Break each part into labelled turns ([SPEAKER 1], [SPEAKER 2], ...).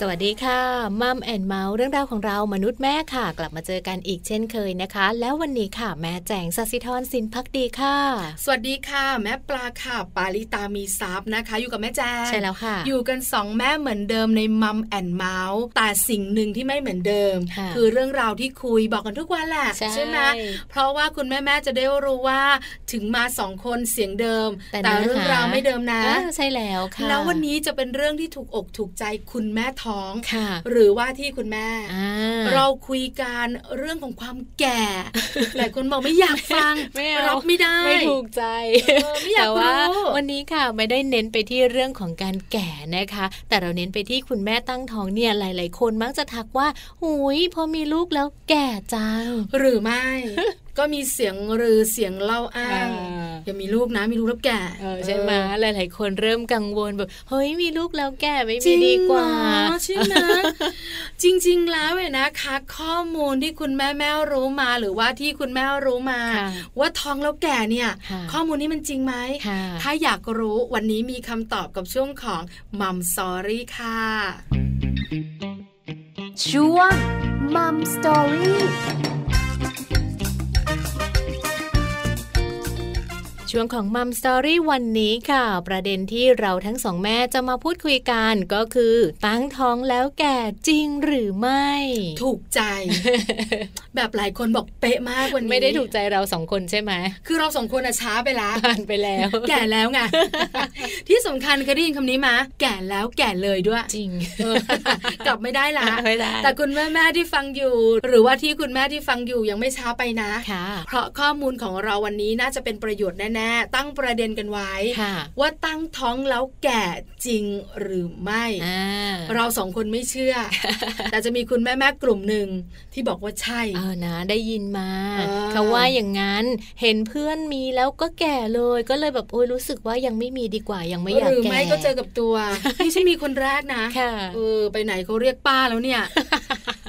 [SPEAKER 1] สวัสดีค่ะมัมแอนเมาส์เรื่องราวของเรามนุษย์แม่ค่ะ กลับมาเจอกันอีกเช่นเคยนะคะ แล้ววันนี้ค่ะ แม่แจงสัสสิธรสินพักดีค่ะ
[SPEAKER 2] สวัสดีค่ะ แม่ปลาค่ะปาลิตามีซับนะคะ อยู่กับแม่แจง
[SPEAKER 1] ใช่แล้วค่ะ
[SPEAKER 2] อยู่กันสองแม่เหมือนเดิมในมัมแอนเมาส์แต่สิ่งหนึ่งที่ไม่เหมือนเดิม
[SPEAKER 1] ค่ะ
[SPEAKER 2] อเรื่องราวที่คุยบอกกันทุกวันแหละ
[SPEAKER 1] ใช่
[SPEAKER 2] ไหมเพราะว่าคุณแม่แม่ๆจะได้รู้ว่าถึงมาสองคนเสียงเดิม
[SPEAKER 1] แต่เนื้อ
[SPEAKER 2] เรื่องราว
[SPEAKER 1] หา
[SPEAKER 2] ไม่เดิมนะ
[SPEAKER 1] อ่าใช่แล้วค่ะ
[SPEAKER 2] แล้ววันนี้จะเป็นเรื่องที่ถูกอกถูกใจคุณแม่ท้อง
[SPEAKER 1] ค่ะ
[SPEAKER 2] หรือว่าที่คุณแม่
[SPEAKER 1] อ่า
[SPEAKER 2] เราคุยกันเรื่องของความแก่ หลายคนบอกไม่อยากฟัง
[SPEAKER 1] ไม่เอารั
[SPEAKER 2] รับไม่ได้
[SPEAKER 1] ไม่ถูกใจ
[SPEAKER 2] เออไม่อยาก
[SPEAKER 1] แต่ว่า
[SPEAKER 2] รู้
[SPEAKER 1] วันนี้ค่ะไม่ได้เน้นไปที่เรื่องของการแก่นะคะ แต่เราเน้นไปที่คุณแม่ตั้งท้องเนี่ยหลาย ๆ คนมักจะทักว่าหุยพอมีลูกแล้วแก่จัง
[SPEAKER 2] หรือไม่ ก็มีเสียงหรือเสียงเล่าอ้าง
[SPEAKER 1] อ่า
[SPEAKER 2] อย่ามีลูกนะมีลูกแล้วแก่
[SPEAKER 1] เออใช่ไหม
[SPEAKER 2] เออ
[SPEAKER 1] หลาย ๆ คนเริ่มกังวลแบบเฮ้ยมีลูกแล้วแก่ไม่
[SPEAKER 2] จ
[SPEAKER 1] มี
[SPEAKER 2] ริง
[SPEAKER 1] ดีกว่า
[SPEAKER 2] เหรอใช่ไหม จริง ๆ แล้วเนี่ยนะคะ ข้อมูลที่คุณแม่แม่รู้มาหรือว่าที่คุณแม่รู้มา
[SPEAKER 1] ค่ะ
[SPEAKER 2] ว่าท้องแล้วแก่เนี่ย
[SPEAKER 1] ค่ะ
[SPEAKER 2] ข้อมูลนี้มันจริงไหม
[SPEAKER 1] ค่ะ
[SPEAKER 2] ถ้าอยากรู้วันนี้มีคำตอบกับช่วงของมัมสอรี่ค่ะ
[SPEAKER 3] ช่วงมัมสตอรี่
[SPEAKER 1] ช่วงของมัมสตอรี่วันนี้ค่ะ ประเด็นที่เราทั้งสองแม่จะมาพูดคุยกันก็คือ ตั้งท้องแล้วแก่จริงหรือไม่
[SPEAKER 2] ถูก ใจ แบบหลายคนบอกเป๊ะมากวันนี้
[SPEAKER 1] ไม่ได้ถูกใจเราสองคนใช่ไหม
[SPEAKER 2] คือเราสองคนอะช้าไปแล้ว
[SPEAKER 1] ผ่านไปแล้ว
[SPEAKER 2] แก่แล้วไง ที่สำคัญเคยได้ยินคำนี้มา แก่แล้วแก่เลยด้วย
[SPEAKER 1] จ ริง
[SPEAKER 2] กลับไม่ได้ละ
[SPEAKER 1] ไม่ได้
[SPEAKER 2] แต่คุณแม่แม่ๆที่ฟังอยู่ หรือว่าที่คุณแม่ที่ฟังอยู่ยังไม่ช้าไปนะ
[SPEAKER 1] ค่ะ
[SPEAKER 2] เพราะข้อมูลของเราวันนี้น่าจะเป็นประโยชน์แน่ๆ ตั้งประเด็นกันไว้
[SPEAKER 1] ค่ะ
[SPEAKER 2] ว่าตั้งท้องแล้วแก่จริงหรือไม่
[SPEAKER 1] อ่า
[SPEAKER 2] เราสองคนไม่เชื่ อ แต่จะมีคุณแม่แม่ๆกลุ่มหนึ่งที่บอกว่าใช่
[SPEAKER 1] เออนะได้ยินมา
[SPEAKER 2] เออ
[SPEAKER 1] เขาว่าอย่างนั้นเห็นเพื่อนมีแล้วก็แก่เลยก็เลยแบบโอ้ยรู้สึกว่ายังไม่มีดีกว่ายังไม่อยาก
[SPEAKER 2] หรือ
[SPEAKER 1] แก่
[SPEAKER 2] ไม่ก็เจอกับ ตัวนี่ฉันมีคนแรกนะ
[SPEAKER 1] ค่ะ
[SPEAKER 2] เออไปไหนเขาเรียกป้าแล้ว เนี่ย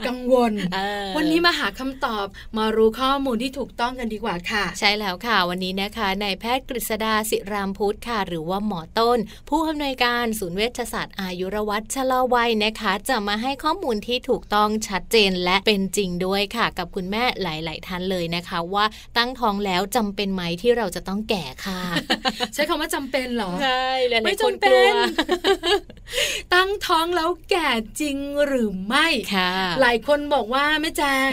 [SPEAKER 2] กังวล
[SPEAKER 1] เออ
[SPEAKER 2] วันนี้มาหาคำตอบมารู้ข้อมูลที่ถูกต้องกันดีกว่าค่ะ
[SPEAKER 1] ใช่แล้วค่ะ วันนี้นะคะนายแพทย์กฤษดาสิรามพุทธค่ะ หรือว่าหมอต้น ผู้อำนวยการศูนย์เวชศาสตร์อายุรวัตรชะลอวัยนะคะ จะมาให้ข้อมูลที่ถูกต้องชัดเจนและเป็นจริงด้วยค่ะ กับคุณแม่หลาย ๆ ท่านเลยนะคะ ว่าตั้งท้องแล้วจำเป็นไหมที่เราจะต้องแก่ค่ะ
[SPEAKER 2] ใช้คำว่าจำเป็นเหรอ
[SPEAKER 1] ใช่หลาย
[SPEAKER 2] ไม่
[SPEAKER 1] ๆคน
[SPEAKER 2] จำ
[SPEAKER 1] ก
[SPEAKER 2] เป็
[SPEAKER 1] ลัวน
[SPEAKER 2] ตั้งท้องแล้วแก่จริงหรือไม่
[SPEAKER 1] ค่ะ
[SPEAKER 2] หลายคนบอกว่าแม่แจ ง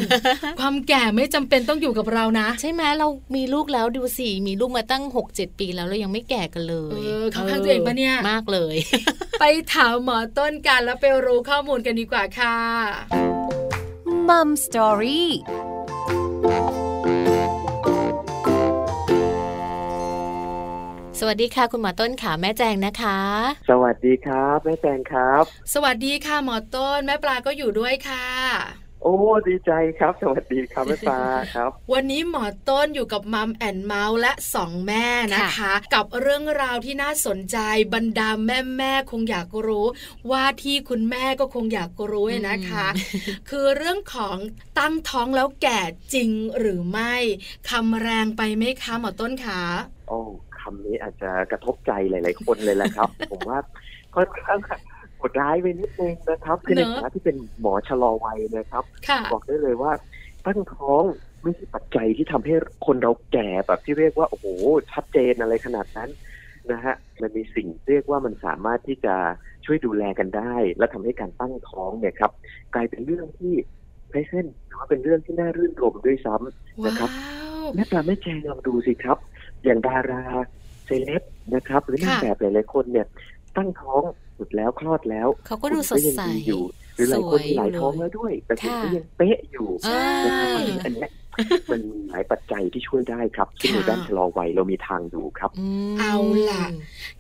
[SPEAKER 2] ความแก่ไม่จำเป็นต้องอยู่กับเรานะ
[SPEAKER 1] ใช่ไหมเรามีลูกแล้วดูสิมีลูกมาตั้ง 6-7 ปีแล้วเรายังไม่แก่กันเลย
[SPEAKER 2] เออเข้าข้างตัวเองปะเนี่ย
[SPEAKER 1] มากเลย
[SPEAKER 2] ไปถามหมอต้นกันแล้วไปรู้ข้อมูลกันดีกว่าค่ะ
[SPEAKER 3] มัมสตอรี่
[SPEAKER 1] สวัสดีค่ะคุณหมอต้นค่ะแม่แจงนะคะ
[SPEAKER 4] สวัสดีครับแม่แตงครับ
[SPEAKER 2] สวัสดีค่ะหมอต้นแม่ปลาก็อยู่ด้วยค่ะ
[SPEAKER 4] โอ้ดีใจครับ สวัสดีครับแม่ปลาครับ
[SPEAKER 2] วันนี้หมอต้นอยู่กับมัมแอนเมาส์และสองแม่นะคะ กับเรื่องราวที่น่าสนใจบรรดาแม่แม่ๆคงอยากรู้ ว่าที่คุณแม่ก็คงอยากรู้นะคะ คือเรื่องของตั้งท้องแล้วแก่จริงหรือไม่คำแรงไปไหมคะหมอต้นคะ
[SPEAKER 4] โอ้คำนี้อาจจะกระทบใจหลาย ๆ คนเลยแหละครับ ผมว่าค่อนข้างโหดร้ายไปนิดนึงนะครับคือในฐานะที่เป็นหมอชะลอวัยนะครับ
[SPEAKER 2] ค่ะ
[SPEAKER 4] บอกได้เลยว่า ตั้งท้องไม่ใช่ปัจจัยที่ทำให้คนเราแก่แบบที่เรียกว่า โอ้โห ชัดเจนอะไรขนาดนั้นนะฮะมันมีสิ่งเรียกว่ามันสามารถที่จะช่วยดูแลกันได้ และทำให้การตั้งท้องเนี่ยครับ กลายเป็นเรื่องที่เพรเซนหรือว่าเป็นเรื่องที่น่ารื่นรมย์ด้วยซ้ำ นะ
[SPEAKER 2] ว้า
[SPEAKER 4] ครับ
[SPEAKER 2] ว
[SPEAKER 4] แม่ปลาแม่แจงลองดูสิครับ อย่างดาราเซเลบนะครับ หรือนาง
[SPEAKER 2] ค่ะ
[SPEAKER 4] แบบหลายๆคนเนี่ย ตั้งท้องสุดแล้วคลอดแล้ว
[SPEAKER 1] เขาก็ดูสดใส
[SPEAKER 4] หุ่นก็ยังอยู่ หรือหลายคนมีหลาย
[SPEAKER 1] สวยอยู่
[SPEAKER 4] ท้องแล้วด้วย แต่หุ่นก็
[SPEAKER 1] ค่ะ
[SPEAKER 4] ยังเป๊ะอยู่
[SPEAKER 1] ใช่
[SPEAKER 4] นะครับอันเนี้ยมันมีหลายปัจจัยที่ช่วยได้ครับซึ่งในด้านชะลอวัยเรามีทางอยู่ครับ
[SPEAKER 1] ม
[SPEAKER 2] เอาล่ะ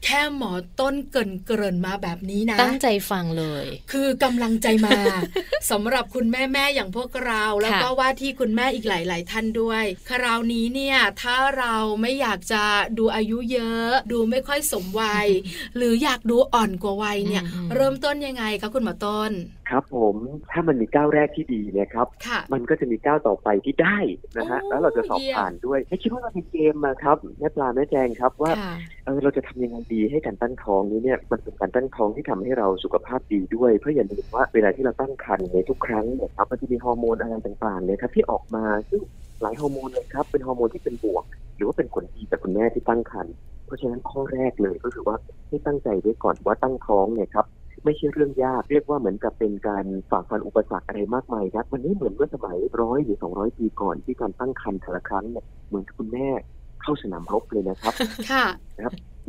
[SPEAKER 2] แค่หมอต้นเกรินเกรินๆมาแบบนี้นะ
[SPEAKER 1] ตั้งใจฟังเลย
[SPEAKER 2] คือกำลังใจมา สำหรับคุณแม่แม่ๆอย่างพวกเราแล้วก็ว่าที่คุณแม่อีกหลาย ๆ ท่านด้วย คราวนี้เนี่ย ถ้าเราไม่อยากจะดูอายุเยอะ ดูไม่ค่อยสมวัย หรืออยากดูอ่อนกว่าวัยเนี่ย
[SPEAKER 1] อืมอืม
[SPEAKER 2] เริ่มต้นยังไงคะคุณหมอต้น
[SPEAKER 4] ค ครับผมถ้ามันมีก้าวแรกที่ดีเนะครับ
[SPEAKER 2] ค่ะ
[SPEAKER 4] มันก็จะมีก้าวต่อไปที่ได้นะฮะ
[SPEAKER 2] โอ้
[SPEAKER 4] แล้วเราจะสอบ
[SPEAKER 2] เยี่ยม
[SPEAKER 4] ผ่านด้วยให้คิดว่าเราเป็นเกมมาครับแม่ปลาแม่แจงครับว่า
[SPEAKER 1] ค่ะ
[SPEAKER 4] เออเราจะทำยังไงดีให้การตั้งท้องนี้เนี่ยมันเป็นการตั้งท้องที่ทำให้เราสุขภาพดีด้วยเพราะอย่าลืมว่าเวลาที่เราตั้งครรภ์ในยทุกครั้งเนะครับมันจะมีฮอร์โมนอะไรต่างๆเนี่ยครับที่ออกมาซึ่งหลายฮอร์โมนเลยครับเป็นฮอร์โมนที่เป็นบวก หรือว่าเป็นผลดีแต่คุณแม่ที่ตั้งครรภ์เพราะฉะนั้นข้อแรกเลยก็คือว่าให้ตั้งใจไว้ก่อนว่าตั้งท้องเนี่ยครับไม่ใช่เรื่องยากเรียกว่าเหมือนกับเป็นการฝ่าฟันอุปสรรคอะไรมากมายครับมันไม่เหมือนเมื่อสมัยร้อยหรือสองร้อยปีก่อนที่การตั้งครรภ์แต่ละครั้งเนี่ยเหมือนคุณแม่เข้าสนามรบเลยนะครับ
[SPEAKER 2] ค่ะ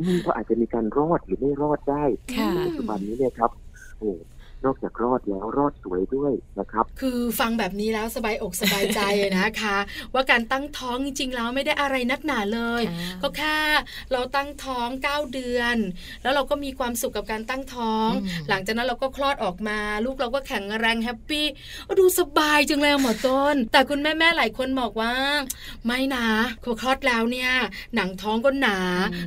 [SPEAKER 4] อืมก็อาจจะมีการรอดหรือไม่รอดได้
[SPEAKER 1] ค่ะ
[SPEAKER 4] ในปัจจุบันนี้เนี่ยครับโอ้นอกจากรอดแล้วรอดสวยด้วยนะครับ
[SPEAKER 2] คือฟังแบบนี้แล้วสบายอกสบายใจ นะคะ ว่าการตั้งท้องจริงๆแล้วไม่ได้อะไรนักหนาเลย ก็แค่เราตั้งท้อง 9 เดือน แล้วเราก็มีความสุขกับการตั้งท้อง
[SPEAKER 1] อืม
[SPEAKER 2] หลังจากนั้นเราก็คลอดออกมา ลูกเราก็แข็งแรงแฮปปี้ดูสบายจังเลยอะหมอต้น แต่คุณแม่ๆหลายคนบอกว่า ไม่นะพอคลอดแล้วเนี่ย หนังท้องก็หนา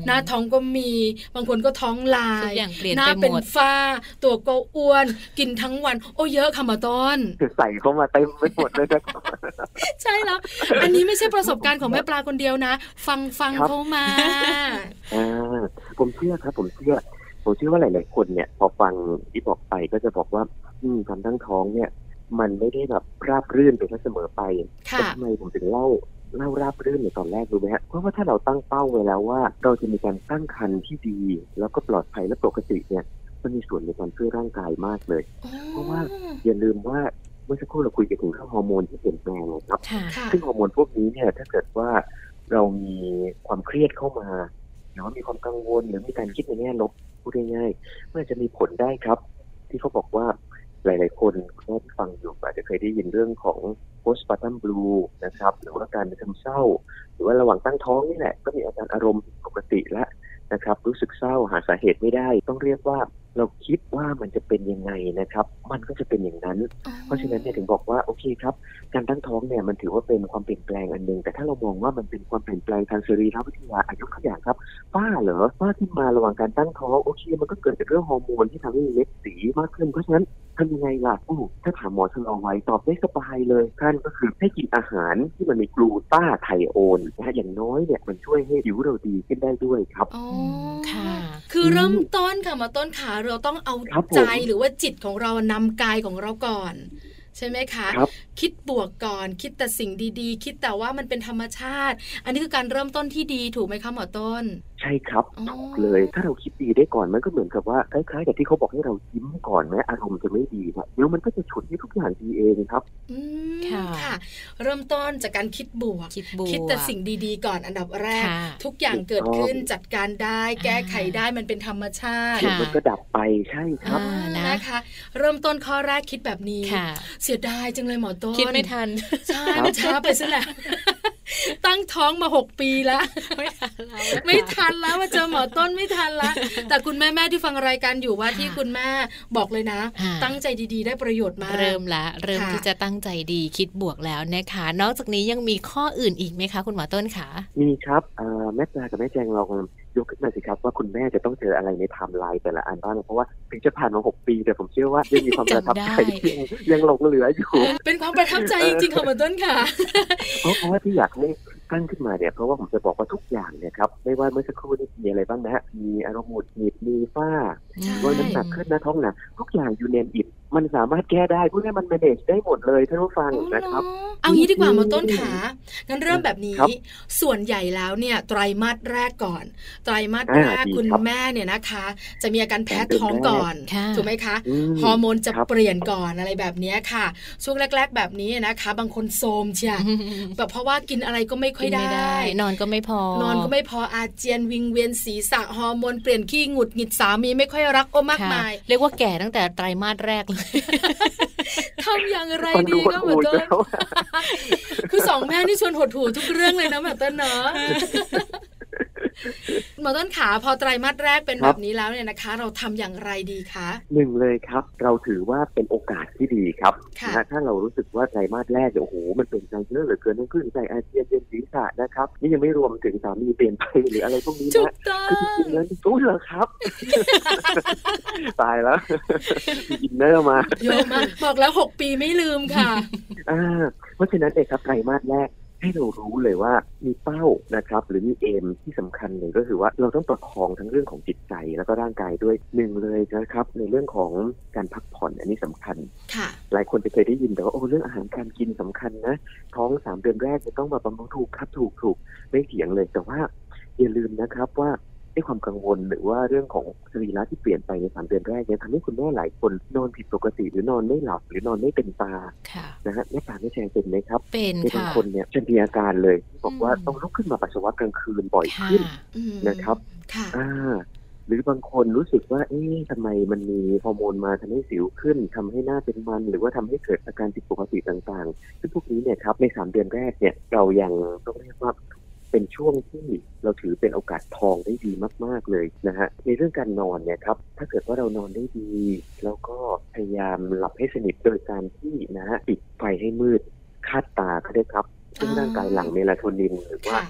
[SPEAKER 2] หน้าท้องก็มี บางคนก็ท้องลา
[SPEAKER 1] ทุ
[SPEAKER 2] ย
[SPEAKER 1] กอย่างเปลี่ยน
[SPEAKER 2] หน้า
[SPEAKER 1] ไปห
[SPEAKER 2] เป็น
[SPEAKER 1] มด
[SPEAKER 2] ฝ้า ตัวก็อ้วนกินทั้งวัน โอ้เยอะค่ะหมอต้น
[SPEAKER 4] คือใส่เข้ามาเต็มไปหมดเลยนะครับ
[SPEAKER 2] ใช่แล้ว อันนี้ไม่ใช่ประสบการณ์ของแม่ปลาคนเดียวนะ ฟังฟัง
[SPEAKER 4] ครับ
[SPEAKER 2] เขามา
[SPEAKER 4] อ่าผมเชื่อครับ ผมเชื่อ ผมเชื่อว่าหลาย ๆ คนเนี่ย พอฟังที่บอกไปก็จะบอกว่า อืมการตั้งท้องเนี่ย มันไม่ได้แบบราบรื่นไปซะเสมอไป
[SPEAKER 2] ค่ะ
[SPEAKER 4] แต่ทำไมผมถึงเล่าเล่าราบรื่นในตอนแรกรู้ไหมฮะเพราะว่าถ้าเราตั้งเป้าไว้แล้วว่า เราจะมีการตั้งครรภ์ที่ดี แล้วก็ปลอดภัยและปกติเนี่ย มันมีส่วนในการช่วยร่างกายมากเลย เพราะว่า อย่าลืมว่าเมื่อสักครู่เราคุยกันถึงเรื่องฮอร์โมนที่เปลี่ยนแปลงนะครับ
[SPEAKER 1] ค่ะ
[SPEAKER 2] ค่ะ
[SPEAKER 4] ซึ่งฮอร์โมนพวกนี้เนี่ยถ้าเกิดว่าเรามีความเครียดเข้ามาหรือว่ามีความกังวลหรือมีการคิดในแง่ลบพูดง่ายๆมันอาจจะมีผลได้ครับ ที่เขาบอกว่าหลาย ๆ คนคุณแม่ที่ฟังอยู่อาจจะเคยได้ยินเรื่องของ postpartum blue นะครับ หรือว่าการเป็นซึมเศร้า หรือว่าระหว่างตั้งท้องนี่แหละ ก็มีอาการอารมณ์ผิดปกติและนะครับ รู้สึกเศร้าหาสาเหตุไม่ได้ ต้องเรียกว่าเราคิดว่ามันจะเป็นยังไงนะครับ มันก็จะเป็นอย่างนั้น เพราะฉะนั้นเนี่ยถึงบอกว่าโอเคครับ การตั้งท้องเนี่ยมันถือว่าเป็นความเปลี่ยนแปลงอันหนึ่งแต่ถ้าเรามองว่ามันเป็นความเปลี่ยนแปลงทางสรีรวิทยาอายุขยางครับป้าเหรอป้าที่มาระหว่างการตั้งท้องโอเค มันก็เกิดจากเรื่องฮอร์โมนที่ทำให้มีเม็ดสีมากขึ้นเพราะฉะนั้นทำยังไงล่ะอู้ถ้าถามหมอชะลอไว้ตอบได้สบายเลยท่านก็คือให้กินอาหารที่มันมีกลูต้าไทโอนนะฮะอย่างน้อยเนี่ยมันช่วยให้ผิวเราดีขึ้นได้ด้วยครับ
[SPEAKER 2] อ๋อ
[SPEAKER 1] ค่ะ
[SPEAKER 2] คือเริ่มต้นค่ะหมาต้นขาเราต้องเอา
[SPEAKER 4] ครับผม
[SPEAKER 2] ใจหรือว่าจิตของเรานำกายของเราก่อน ใช่ไหมคะ
[SPEAKER 4] ครับ
[SPEAKER 2] ดบวกก่อน คิดแต่สิ่งดีๆ คิดแต่ว่ามันเป็นธรรมชาติ อันนี้คือการเริ่มต้นที่ดีถูกไหมคะหมอต้น
[SPEAKER 4] ใช่ครับ
[SPEAKER 2] อ๋อ
[SPEAKER 4] ถูกเลยถ้าเราคิดดีได้ก่อนมันก็เหมือนกับว่าคล้ายๆกับที่เขาบอกให้เรายิ้มก่อนแม้อารมณ์จะไม่ดีนะเดี๋ยวมันก็จะฉุดให้ทุกอย่างดีเองครับ
[SPEAKER 2] อืม
[SPEAKER 1] ค่ะ
[SPEAKER 2] ค่ะ เริ่มต้นจากการคิดบวก
[SPEAKER 1] คิดบวก
[SPEAKER 2] คิดแต่สิ่งดีๆ ก่อนอันดับแรก
[SPEAKER 1] ค่ะ
[SPEAKER 2] ทุกอย่างเกิดขึ้นจัดการได้
[SPEAKER 1] อ่า
[SPEAKER 2] แก้ไขได้มันเป็นธรรมชาติ
[SPEAKER 4] เดี๋ยวมันก็ดับไปใช่ครับ
[SPEAKER 1] อ่า นะ
[SPEAKER 2] นะคะ เริ่มต้นข้อแรกคิดแบบนี้
[SPEAKER 1] ค่ะ
[SPEAKER 2] เสียดายจังเลยหมอต้น
[SPEAKER 1] คิดไม่ทัน
[SPEAKER 2] ใช่
[SPEAKER 4] ครับ
[SPEAKER 2] มันช้าไปซะแล้ว ตั้งท้องมาหกปีแล้ว
[SPEAKER 1] ไม่ทันแล้ว
[SPEAKER 2] ไม่ทันแล้วมาเจอหมอต้นไม่ทันละแต่คุณแม่แม่ๆที่ฟังรายการอยู่ว่า
[SPEAKER 1] ค่ะ
[SPEAKER 2] ที่คุณแม่บอกเลยนะ
[SPEAKER 1] อ่า
[SPEAKER 2] ตั้งใจดีๆ ได้ประโยชน์มาก
[SPEAKER 1] เริ่มละเริ่ม
[SPEAKER 2] ค่ะ
[SPEAKER 1] ที่จะตั้งใจดีคิดบวกแล้วนะคะ นอกจากนี้ยังมีข้ออื่นอีกไหมคะคุณหมอต้นขา
[SPEAKER 4] มีครับเอ่อแม่ปลากับแม่แจงลองยกขึ้นมาสิครับ ว่าคุณแม่จะต้องเจออะไรในไทม์ไลน์แต่ละอันบ้างเพราะว่าถึงจะผ่านมาหกปี แต่ผมเชื่อว่ายังมีความประทับใจ
[SPEAKER 1] จำได้
[SPEAKER 4] ที่ยังยังหลงเหลืออยู่
[SPEAKER 2] เป็นความประทับใจจริงๆค่ะหมอต้นค่ะ
[SPEAKER 4] เพราะเพราะว่าที่อยากให้ตั้งขึ้นมาเนี่ยเพราะว่าผมจะบอกว่าทุกอย่างเนี่ยครับไม่ว่าเมื่อสักครู่นี้มีอะไรบ้างนะฮะมีอารมณ์หงุดหงิดมีฝ้า
[SPEAKER 2] ใช่
[SPEAKER 4] หรือว่าน้ำหนักขึ้นหน้าท้องหนักทุกอย่างอยู่ในอิดมันสามารถแก้ได้พูดง่ายๆมัน manage ได้หมดเลยท่านผู้ฟังนะครับ
[SPEAKER 2] เอางี้ดีกว่าหมาต้นขางั้นเริ่มแบบนี้
[SPEAKER 4] ครับ
[SPEAKER 2] ส่วนใหญ่แล้วเนี่ยไตรามาสแรกก่อน ไตรามาสแรก
[SPEAKER 4] อ่าดี
[SPEAKER 2] คุณ
[SPEAKER 4] ครับ
[SPEAKER 2] แม่เนี่ยนะคะ จะมีอาการแพ้ท้องก่อน
[SPEAKER 1] ค่ะ
[SPEAKER 2] ถูกไหมคะ
[SPEAKER 4] อืม
[SPEAKER 2] ฮอร์โมนจะ
[SPEAKER 4] ครับ
[SPEAKER 2] เปลี่ยนก่อนอะไรแบบเนี้ยค่ะ ช่วงแรก ๆ แบบนี้นะคะ บางคนโทรมเชียแบบเพราะว่ากินอะไรก็ไม่ค่อย
[SPEAKER 1] กินไม่
[SPEAKER 2] ได้
[SPEAKER 1] ได้ นอนก็ไม่พอ
[SPEAKER 2] นอนก็ไม่พออาเจียนวิงเวียนศีรษะฮอร์โมนเปลี่ยนขี้หงุดหงิดสามีไม่ค่อยรักโอมาก
[SPEAKER 1] ค่ะ
[SPEAKER 2] มาย
[SPEAKER 1] เรียกว่าแก่ตั้งแต่ไตรมาสแรกเลย
[SPEAKER 2] ทำอย่างไร
[SPEAKER 4] ฟังดู
[SPEAKER 2] ดี
[SPEAKER 4] คน
[SPEAKER 2] นะหม
[SPEAKER 4] อู
[SPEAKER 2] อ
[SPEAKER 4] ด
[SPEAKER 2] ต้น
[SPEAKER 4] แล้ว
[SPEAKER 2] คือสองแม่นี่ชวนหดหู่ทุกเรื่องเลยนะหมอต้นเนาะ หมอต้นขาพอไตรมาสแรกเป็น
[SPEAKER 4] ค
[SPEAKER 2] แบ
[SPEAKER 4] รับ
[SPEAKER 2] บนี้แล้วเนี่ยนะคะ เราทำอย่างไรดีคะ
[SPEAKER 4] หนึ่งเลยครับ เราถือว่าเป็นโอกาสที่ดีครับ
[SPEAKER 2] ค่ะ
[SPEAKER 4] นะฮะถ้าเรารู้สึกว่าไตรมาสแรกเนี่ยโอ้โหมันเป็นใจเยอะเหลือเกินทั้งขึ้นใจอาเจียนเวียนศีรษะนะครับ นี่ยังไม่รวมถึงสามีเปลี่ยนไปหรืออะไรพวกนี้
[SPEAKER 2] ถูก
[SPEAKER 4] นะ
[SPEAKER 2] ต้อ
[SPEAKER 4] คือจ
[SPEAKER 2] ง
[SPEAKER 4] ริงๆแล้วนี่รู้เหรอครับ ตายแล้ว มีอินเนอร์มา
[SPEAKER 2] เยอะมากบอกแล้ว 6 ปีไม่ลืมค่ะ
[SPEAKER 4] อ่าเพราะฉะนั้นเองครับไตรมาสแรกให้เรารู้เลยว่ามีเป้านะครับ หรือมีเอมที่สำคัญเลยก็คือว่าเราต้องประคองทั้งเรื่องของจิตใจแล้วก็ร่างกายด้วยหนึ่งเลยนะครับ ในเรื่องของการพักผ่อนอันนี้สำคัญ
[SPEAKER 2] ค่ะ
[SPEAKER 4] หลายคนจะเคยได้ยินแต่ว่าโอ้เรื่องอาหารการกินสำคัญนะ ท้องสามเดือนแรกจะต้องมาบำรุงถูกครับถูกถูกไม่เถียงเลยแต่ว่าอย่าลืมนะครับว่าไอ้ความกังวลหรือว่าเรื่องของสรีระที่เปลี่ยนไปในสามเดือนแรกเนี่ยทำให้คุณแม่หลายคนนอนผิดปกติ หรือนอนไม่หลับ หรือนอนไม่เป็นตา
[SPEAKER 1] ค่ะ
[SPEAKER 4] นะฮะแม่ตาไม่แชร์เป็นไหมครับ
[SPEAKER 1] เป็น
[SPEAKER 4] มีบาง
[SPEAKER 1] ค่ะ
[SPEAKER 4] คนเนี่ยจะมีอาการเลยที่บอกว่า
[SPEAKER 1] อืม
[SPEAKER 4] ต้องลุกขึ้นมาปัสสาวะกลางคืนบ่อย
[SPEAKER 1] ค่ะ
[SPEAKER 4] ขึ้น
[SPEAKER 2] อืม
[SPEAKER 4] นะครับ
[SPEAKER 2] ค่ะ
[SPEAKER 4] อ่าหรือบางคนรู้สึกว่า เอ๊ะทำไมมันมีฮอร์โมนมาทำให้สิวขึ้นทำให้หน้าเป็นมัน หรือว่าทำให้เกิดอาการผิดปกติต่างๆ ซึ่งพวกนี้เนี่ยครับในสามเดือนแรกเนี่ยเรายังต้องเรียกว่าเป็นช่วงที่เราถือเป็นโอกาสทองได้ดีมากๆเลยนะฮะในเรื่องการนอนเนี่ยครับถ้าเกิดว่าเรานอนได้ดี แล้วก็พยายามหลับให้สนิทโดยการที่นะฮะปิดไฟให้มืดคาดตาก็ได้ครับซึ่งร่างกายหลั่งเมลาโทนินหรือว่า
[SPEAKER 2] ค่ะ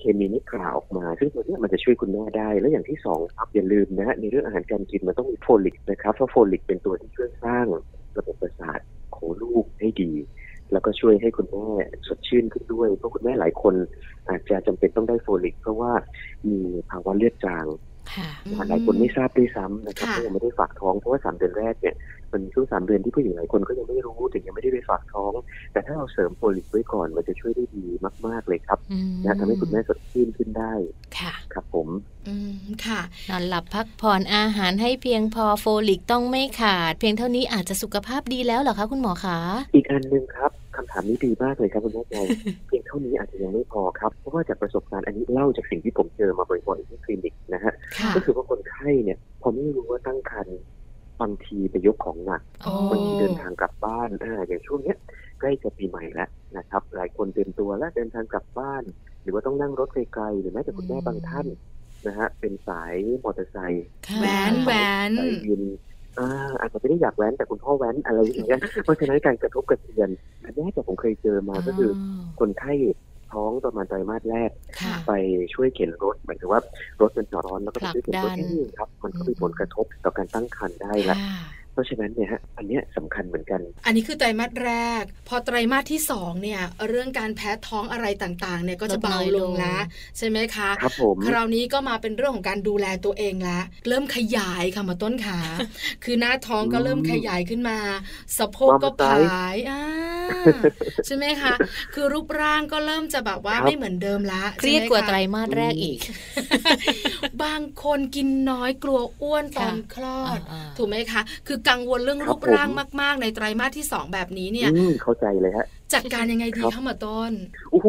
[SPEAKER 4] เคมีนิกราออกมา ซึ่งตัวเนี้ยมันจะช่วยคุณแม่ได้ และอย่างที่สองครับอย่าลืมนะฮะในเรื่องอาหารการกินมันต้องมีโฟลิกนะครับเพราะโฟลิกเป็นตัวที่ช่วยสร้างระบบประสาทของลูกให้ดี แล้วก็ช่วยให้คุณแม่สดชื่นขึ้นด้วยเพราะคุณแม่หลายคน อาจจะจำเป็นต้องได้โฟลิก เพราะว่ามีภาวะเลือดจาง
[SPEAKER 1] ค่ะ
[SPEAKER 2] อืม
[SPEAKER 4] หลายคนไม่ทราบด้วยซ้ำนะครับ
[SPEAKER 2] ค่ะ
[SPEAKER 4] ก็ยังไม่ได้ฝากท้องเพราะว่าสามเดือนแรกเนี่ยมันมีช่วงสามเดือนที่ผู้หญิงหลายคนก็ยังไม่รู้ถึงยังไม่ได้ไปฝากท้อง แต่ถ้าเราเสริมโฟลิกไว้ก่อนมันจะช่วยได้ดีมากๆเลยครับ
[SPEAKER 1] อืม
[SPEAKER 4] นะทำให้คุณแม่สดชื่นขึ้นได้
[SPEAKER 1] ค่ะ
[SPEAKER 4] ครับผม
[SPEAKER 2] อืมค่ะ
[SPEAKER 1] นอนหลับพักผ่อนอาหารให้เพียงพอโฟลิกต้องไม่ขาด เพียงเท่านี้อาจจะสุขภาพดีแล้วเหรอคะคุณหมอคะ
[SPEAKER 4] อีกอันหนึ่งครับคำถามนี้ดีมากเลยครับคุณแม่ ใจ เพียงเท่านี้อาจจะยังไม่พอครับ เพราะว่าจากประสบการณ์อันนี้เล่าจากสิ่งที่ผมเจอมาบ่อยๆที่คลินิกนะฮะ
[SPEAKER 2] ค่ะ
[SPEAKER 4] ก็คือว่าคนไข้เนี่ยพอไม่รู้ว่าตั้งครรภ์บางทีไปยกของหนัก
[SPEAKER 2] โอ้
[SPEAKER 4] บางทีเดินทางกลับบ้านอ่าอย่างช่วงเนี้ยใกล้จะปีใหม่แล้วนะครับ หลายคนเตรียมตัวและเดินทางกลับบ้าน หรือว่าต้องนั่งรถไกลๆหรือแม้แต่คุณแม่บางท่านนะฮะเป็นสายมอเตอร์ไซค์
[SPEAKER 1] ค่ะ
[SPEAKER 2] แหวนแหวน
[SPEAKER 4] ใจเย็นอ่าอาจจะไม่ได้อยากแว้นแต่คุณพ่อแว้นอะไรอย่างเงี้ย เพราะฉะนั้นการกระทบกระเทือนอันนี้แต่ผมเคยเจอมาก็คืออคนไข้ท้องประมาณไตรมาสแรก
[SPEAKER 1] ค่ะ
[SPEAKER 4] ไปช่วยเข็นรถหมายถึงว่ารถมันจอดร้อนแล้วก็ไปช่วยเข็นร
[SPEAKER 1] ผลั
[SPEAKER 4] ถ
[SPEAKER 1] กดัน
[SPEAKER 4] ที่นี่ครับ มันก็มีผลกระทบต่อการตั้งครรภ์ได้ละ
[SPEAKER 1] ค่ะ
[SPEAKER 4] เพราะฉะนั้นเนี่ยฮะอันเนี้ยสำคัญเหมือนกัน
[SPEAKER 2] อันนี้คือไตรมาสแรก พอไตรมาสที่สองเนี่ย เรื่องการแพ้ท้องอะไรต่างๆ เนี่ยก็จะเบาลงละใช่ไหมคะ
[SPEAKER 4] ครับผม
[SPEAKER 2] คราวนี้ก็มาเป็นเรื่องของการดูแลตัวเองละเริ่มขยายค่ะหมาต้นขา คือหน้าท้องก็เริ่มขยายขึ้นมา สะโพกก็ผาย อ่าใช่ไหมคะ คือรูปร่างก็เริ่มจะแบบว่าไม่เหมือนเดิมละ
[SPEAKER 1] เครียดกว่าไตร
[SPEAKER 2] ใช่ไหมค
[SPEAKER 1] มาสแรกอีก
[SPEAKER 2] ะบางคนกินน้อยกลัวอ้วนตอน
[SPEAKER 1] ค่ะ
[SPEAKER 2] คลอด
[SPEAKER 1] อ่าๆ
[SPEAKER 2] ถูกไหมคะ คือกังวลเรื่องรูปร่างมาก ๆ ในไตรมาสที่สองแบบนี้เนี่ย
[SPEAKER 4] อืมเข้าใจเลยฮะ
[SPEAKER 2] จัดการยังไงดี
[SPEAKER 4] ครับ
[SPEAKER 2] คะหมอต้น
[SPEAKER 4] โอ้โห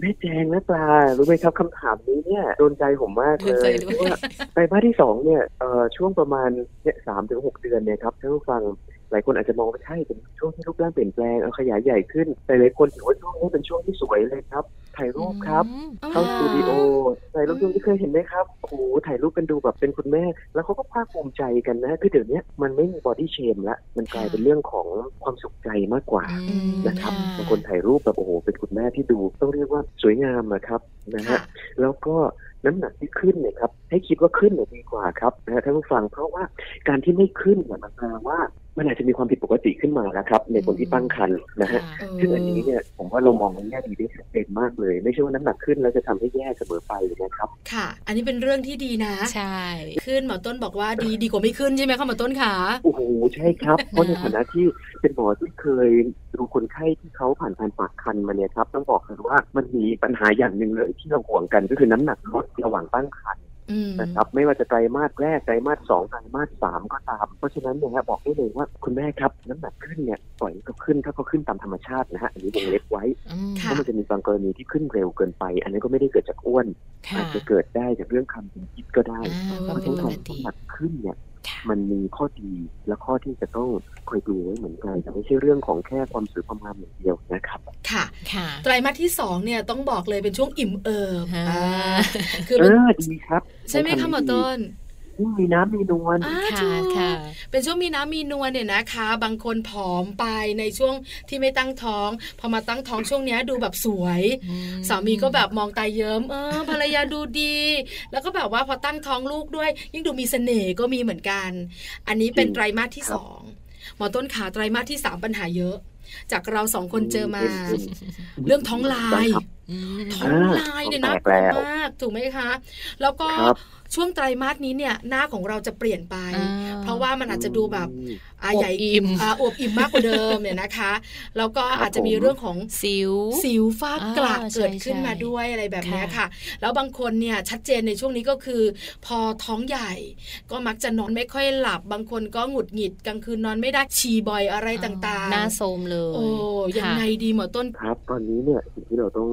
[SPEAKER 4] แม่แจงนะปลารู้ไหมครับคำถามนี้เนี่ยโดนใจผมมากเล
[SPEAKER 1] โดนใจ
[SPEAKER 4] ย
[SPEAKER 1] ด้
[SPEAKER 4] เพ
[SPEAKER 1] วย
[SPEAKER 4] ราะว่าไตรมาสที่สองเนี่ยเอ่อช่วงประมาณเนี่ยสามถึงหกเดือนเนี่ยครับท่านผู้ฟังหลายคนอาจจะมองว่าใช่เป็นช่วงที่รูปร่างเปลี่ยนแปลงเอาขยายใหญ่ขึ้นแต่หลายคนถือว่าช่วงนี้เป็นช่วงที่สวยเลยครับ ถ่ายรูปครับ
[SPEAKER 1] อืม
[SPEAKER 4] เข้า
[SPEAKER 1] อ่า
[SPEAKER 4] สตูดิโอถ่ายรูปดูที่เคยเห็นไหมครับโอ้โหถ่ายรูปกันดูแบบเป็นคุณแม่ แล้วเขาก็ภาคภูมิใจกันนะคือเดี๋ยวนี้มันไม่มีบอดี้เชมละมันกลายเป็นเรื่องของความสุขใจมากกว่า
[SPEAKER 1] อืม
[SPEAKER 4] นะครับ
[SPEAKER 1] ะ
[SPEAKER 4] บางคนถ่ายรูปแบบโอ้โหเป็นคุณแม่ที่ดูต้องเรียกว่าสวยงามนะครับนะฮะ
[SPEAKER 2] ค่ะ
[SPEAKER 4] แล้วก็น้ำหนักที่ขึ้นเนี่ยครับให้คิดว่าขึ้นเนี่ยดีกว่าครับนะฮะท่านผู้ฟังเพราะว่าการที่ไม่ขึ้นเนี่ยมันแปลว่า มันอาจจะมีความผิดปกติขึ้นมาแล้วครับ ในคนที่ตั้งครรภ์นะฮะ
[SPEAKER 1] ค่ะ
[SPEAKER 2] เ
[SPEAKER 4] ซึ่งอันนี้เนี่ยผมว่าเรามองในแง่ดีได้ชัดเจนมากเลย ไม่ใช่ว่าน้ำหนักขึ้นแล้วจะทำให้แย่เสมอไปนะครับ
[SPEAKER 2] ค่ะ อันนี้เป็นเรื่องที่ดีนะ
[SPEAKER 1] ใช่
[SPEAKER 2] ขึ้นหมอต้นบอกว่าดีดีกว่าไม่ขึ้นใช่ไหมคะหมอต้นขา
[SPEAKER 4] โอ้โหใช่ ครับ เพราะในฐานะที่เป็นหมอที่เคยดูคนไข้ที่เขาผ่านการฝากคันมาเนี่ยครับ ต้องบอกเลยว่ามันมีปัญหาอย่างหนึ่งเลยที่เราห่วงกันก็คือน้ำหนักลดระหว่างตั้งครรภ์
[SPEAKER 2] อืม
[SPEAKER 4] นะครับ ไม่ว่าจะไตรมาสแรกไตรมาสสองไตรมาสสามก็ตาม เพราะฉะนั้นเนี่ยฮะบอกได้เลยว่าคุณแม่ครับน้ำหนักขึ้นเนี่ยปล่อยก็ขึ้นถ้าเขาขึ้นตามธรรมชาตินะฮะอันนี้วงเล็บไว้
[SPEAKER 1] อืม
[SPEAKER 4] เพราะมันจะมีบางกรณีที่ขึ้นเร็วเกินไป อันนี้นก็ไม่ได้เกิดจากอ้วน
[SPEAKER 1] ค่ะ
[SPEAKER 4] อาจจะเกิดได้จากเรื่องคำเป็นพิษก็ได้
[SPEAKER 1] อ่า
[SPEAKER 4] ถ้า
[SPEAKER 1] ก็เป็น
[SPEAKER 4] เราต้อง
[SPEAKER 1] ปก
[SPEAKER 4] ทำน้
[SPEAKER 1] ติ
[SPEAKER 4] ำหนักขึ้นเนี่ย มันมีข้อดีและข้อที่จะต้องคอยดูไว้เหมือนกันแต่ไม่ใช่เรื่องของแค่ความสวยความงามอย่างเดียวนะครับ
[SPEAKER 2] ค่ะ
[SPEAKER 1] ค่ะ
[SPEAKER 2] ไตรมาสที่สองเนี่ยต้องบอกเลยเป็นช่วงอิ่มเอิบ
[SPEAKER 1] อ่า
[SPEAKER 2] อ่าคือ
[SPEAKER 4] เอ
[SPEAKER 2] เป็น
[SPEAKER 4] อดีครับ
[SPEAKER 2] ใช่ไหมคะหมอต้น
[SPEAKER 4] ยิ่งมีน้ำมีนวล
[SPEAKER 2] อ่า
[SPEAKER 1] ค่ะ
[SPEAKER 2] ถูก
[SPEAKER 1] ค่ะ
[SPEAKER 2] เป็นช่วงมีน้ำมีนวลเนี่ยนะคะ บางคนผอมไปในช่วงที่ไม่ตั้งท้อง พอมาตั้งท้องช่วงเนี้ยดูแบบสวย สามีก็แบบมองตาเยิ้มเออภรรยาดูดี แล้วก็แบบว่าพอตั้งท้องลูกด้วย ยิ่งดูมีเสน่ห์ก็มีเหมือนกัน อันนี้เป็น
[SPEAKER 4] จริง
[SPEAKER 2] ไตรมาสที่
[SPEAKER 4] ครับ
[SPEAKER 2] สองหมอต้นขาไตรมาสที่สามปัญหาเยอะ จากเราสองคนเจอมา เรื่องท้องลาย
[SPEAKER 4] ครับ
[SPEAKER 1] อืม
[SPEAKER 2] ท้องลายเนี่ย
[SPEAKER 4] อ่า
[SPEAKER 2] น่า
[SPEAKER 4] ท้อง
[SPEAKER 2] ก
[SPEAKER 4] แต
[SPEAKER 2] ลัว
[SPEAKER 4] กแล้ว
[SPEAKER 2] มากถูกไหมคะ แล้วก็
[SPEAKER 4] ครับ
[SPEAKER 2] ช่วงไตรมาสนี้เนี่ยหน้าของเราจะเปลี่ยนไป
[SPEAKER 1] อ่า
[SPEAKER 2] เพราะว่ามันอาจจะดูแบบ
[SPEAKER 4] อืม
[SPEAKER 2] อา
[SPEAKER 1] อวบ
[SPEAKER 2] ใหญ่
[SPEAKER 1] อิ่ม
[SPEAKER 2] าอวบอิ่มมากกว่าเดิมเนี่ยนะคะ แล้วก็
[SPEAKER 4] ครับ
[SPEAKER 2] อาจจะมี
[SPEAKER 4] ผม
[SPEAKER 2] เรื่องของ
[SPEAKER 1] สิว
[SPEAKER 2] สิวฟ้ากระ
[SPEAKER 1] อ่าใช่
[SPEAKER 2] เกิดขึ้นมา
[SPEAKER 1] ใช่
[SPEAKER 2] ด้วยอะไรแบบเนี้ย
[SPEAKER 1] ค่ะ
[SPEAKER 2] ค่ะ แล้วบางคนเนี่ยชัดเจนในช่วงนี้ก็คือ พอท้องใหญ่ ก็มักจะนอนไม่ค่อยหลับ บางคนก็หงุดหงิดกลางคืนนอนไม่ได้ฉี่บ่อยอะไรต่างๆ
[SPEAKER 1] หน้าโทรมเลย
[SPEAKER 2] โอ้ยัง
[SPEAKER 1] ค่ะ
[SPEAKER 2] ไงดีหมอต้น
[SPEAKER 4] ครับตอนนี้เนี่ยสิ่งที่เราต้อง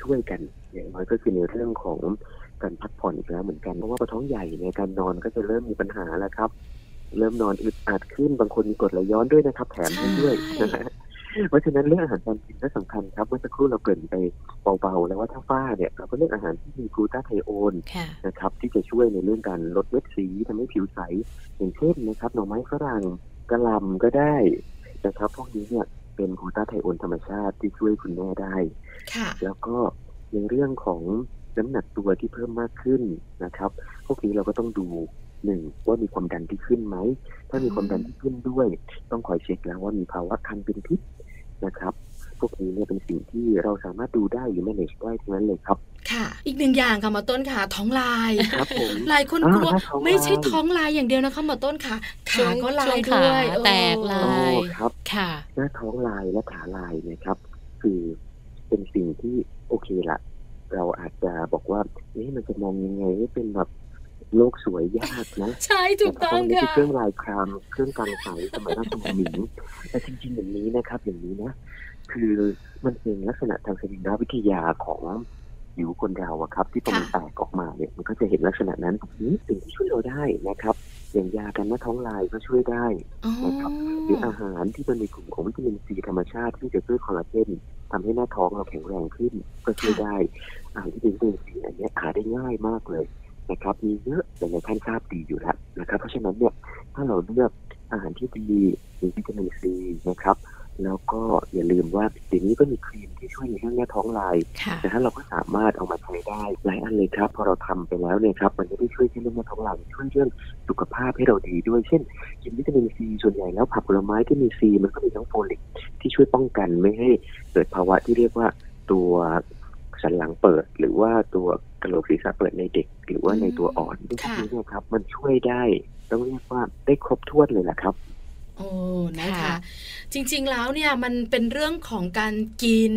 [SPEAKER 4] ช่วยกันอย่างน้อยก็คือในเรื่องของการพักผ่อนอีกแล้วเหมือนกันเพราะว่าพอท้องใหญ่ในยการนอนก็จะเริ่มมีปัญหาแล้วครับ เริ่มนอนอึดอัดขึ้นบางคนมีกรดไหลย้อนด้วยนะครับ แถมให้ด้วย
[SPEAKER 2] ใช่
[SPEAKER 4] นะฮะเพราะฉะนั้นเรื่องอาหารการกินก็สำคัญครับเมื่อสักครู่เราเกรินไปเบาๆ แล้วว่าถ้าฝ้าเนี่ยเราก็เลือกอาหารที่มีกลูตาไทโอน
[SPEAKER 1] ค่ะ
[SPEAKER 4] นะครับที่จะช่วยในเรื่องการลดเม็ดสีทำให้ผิวใส อย่างเช่นนะครับหน่อไม้ฝรั่งกระหลำก็ได้นะครับพวกนี้เนี่ยเป็นโคต้าไทโอนธรรมชาติที่ช่วยคุณแม่ได้
[SPEAKER 2] ค่ะ
[SPEAKER 4] แล้วก็ในเรื่องของน้ำหนักตัวที่เพิ่มมากขึ้นนะครับพวกนี้เราก็ต้องดูหนึ่งว่ามีความดันที่ขึ้นไหม ถ้ามีความดันที่ขึ้นด้วย ต้องคอยเช็คแล้วว่ามีภาวะคันเป็นพิษนะครับ พวกนี้เนี่ยเป็นสิ่งที่เราสามารถดูได้หรือ manage ได้ทั้งนั้นเลยครับ
[SPEAKER 2] ค่ะ อีกหนึ่งอย่างค่ะหมอต้นค่ะท้องลาย
[SPEAKER 4] ครับผม
[SPEAKER 2] หลายคนกลัว
[SPEAKER 4] อ่าท้องลาย
[SPEAKER 2] ไม่ใช่ท้องลายอย่างเดียวนะคะหมอต้นค่ะ
[SPEAKER 1] ช่
[SPEAKER 2] ขาว
[SPEAKER 1] ง
[SPEAKER 2] ก็ลา
[SPEAKER 1] ช่วย งขา
[SPEAKER 2] ด้วย
[SPEAKER 1] แตกลา
[SPEAKER 4] โอ้
[SPEAKER 1] ย
[SPEAKER 4] ครับ
[SPEAKER 1] ค่ะ
[SPEAKER 4] หน้าท้องลายและขาลายเนะครับ คือเป็นสิ่งที่โอเคละเราอาจจะบอกว่าเอ๊ะมันจะมองยังไงให้เป็นแบบโลกสวยยากนะ
[SPEAKER 2] ใช่ ถูกต้อง
[SPEAKER 4] แต่ว่ามัน
[SPEAKER 2] ค่ะ
[SPEAKER 4] ไม่ใช่เครื่องลายคราม เครื่องกลางใสสมัยราชวงศ์หมิงแต่จริงๆอย่างนี้นะครับ อย่างนี้นะ คือมันเป็นลักษณะทางสรีรวิทยาของผิวคนเราอะครับ ที่พอมัน
[SPEAKER 2] ค่ะ
[SPEAKER 4] แตกออกมาเนี่ยมันก็จะเห็นลักษณะนั้นนี่สิ่งที่ช่วยเราได้นะครับ อย่างยากันหน้าท้องลายก็ช่วยได้
[SPEAKER 2] อ๋อ
[SPEAKER 4] หรืออาหารที่มันมีกลุ่มของวิตามินซีธรรมชาติที่จะช่วยคอลลาเจนทำให้หน้าท้องเราแข็งแรงขึ้น ก็ช่วยได้อาหารที่เป็นวิตามินซีอันเนี้ยหาได้ง่ายมากเลยนะครับ มีเยอะแต่ในท่านทราบดีอยู่แล้วนะครับ เพราะฉะนั้นเนี่ยถ้าเราเลือกอาหารที่ดีมีวิตามินซีนะครับ แล้วก็อย่าลืมว่าเดี๋ยวนี้ก็มีครีมที่ช่วยในเรื่องหน้าท้องลาย
[SPEAKER 1] ค่ะ
[SPEAKER 4] แต่ถ้าเราก็สามารถเอามาใช้ได้หลายอันเลยครับ พอเราทำไปแล้วเนี่ยครับ มันจะได้ช่วยที่เรื่องหน้าท้องเราช่วยเรื่องสุขภาพให้เราดีด้วยเช่น กินวิตามินซีส่วนใหญ่แล้วผักผลไม้ที่มีซีมันก็มีทั้งโฟลิกที่ช่วยป้องกันไม่ให้เกิดภาวะที่เรียกว่าตัวสันหลังเปิด หรือว่าตัวกระโหลกศีรษะเปิดในเด็ก หรือว่าในตัวอ่อนซึ่งพวกนี้เนี่ยครับ มันช่วยได้ต้องเรียกว่าได้ครบถ้วนเลยแหละครับ
[SPEAKER 2] โอ้นะ
[SPEAKER 1] ค่ะ
[SPEAKER 2] คะ จริงๆแล้วเนี่ยมันเป็นเรื่องของการกิน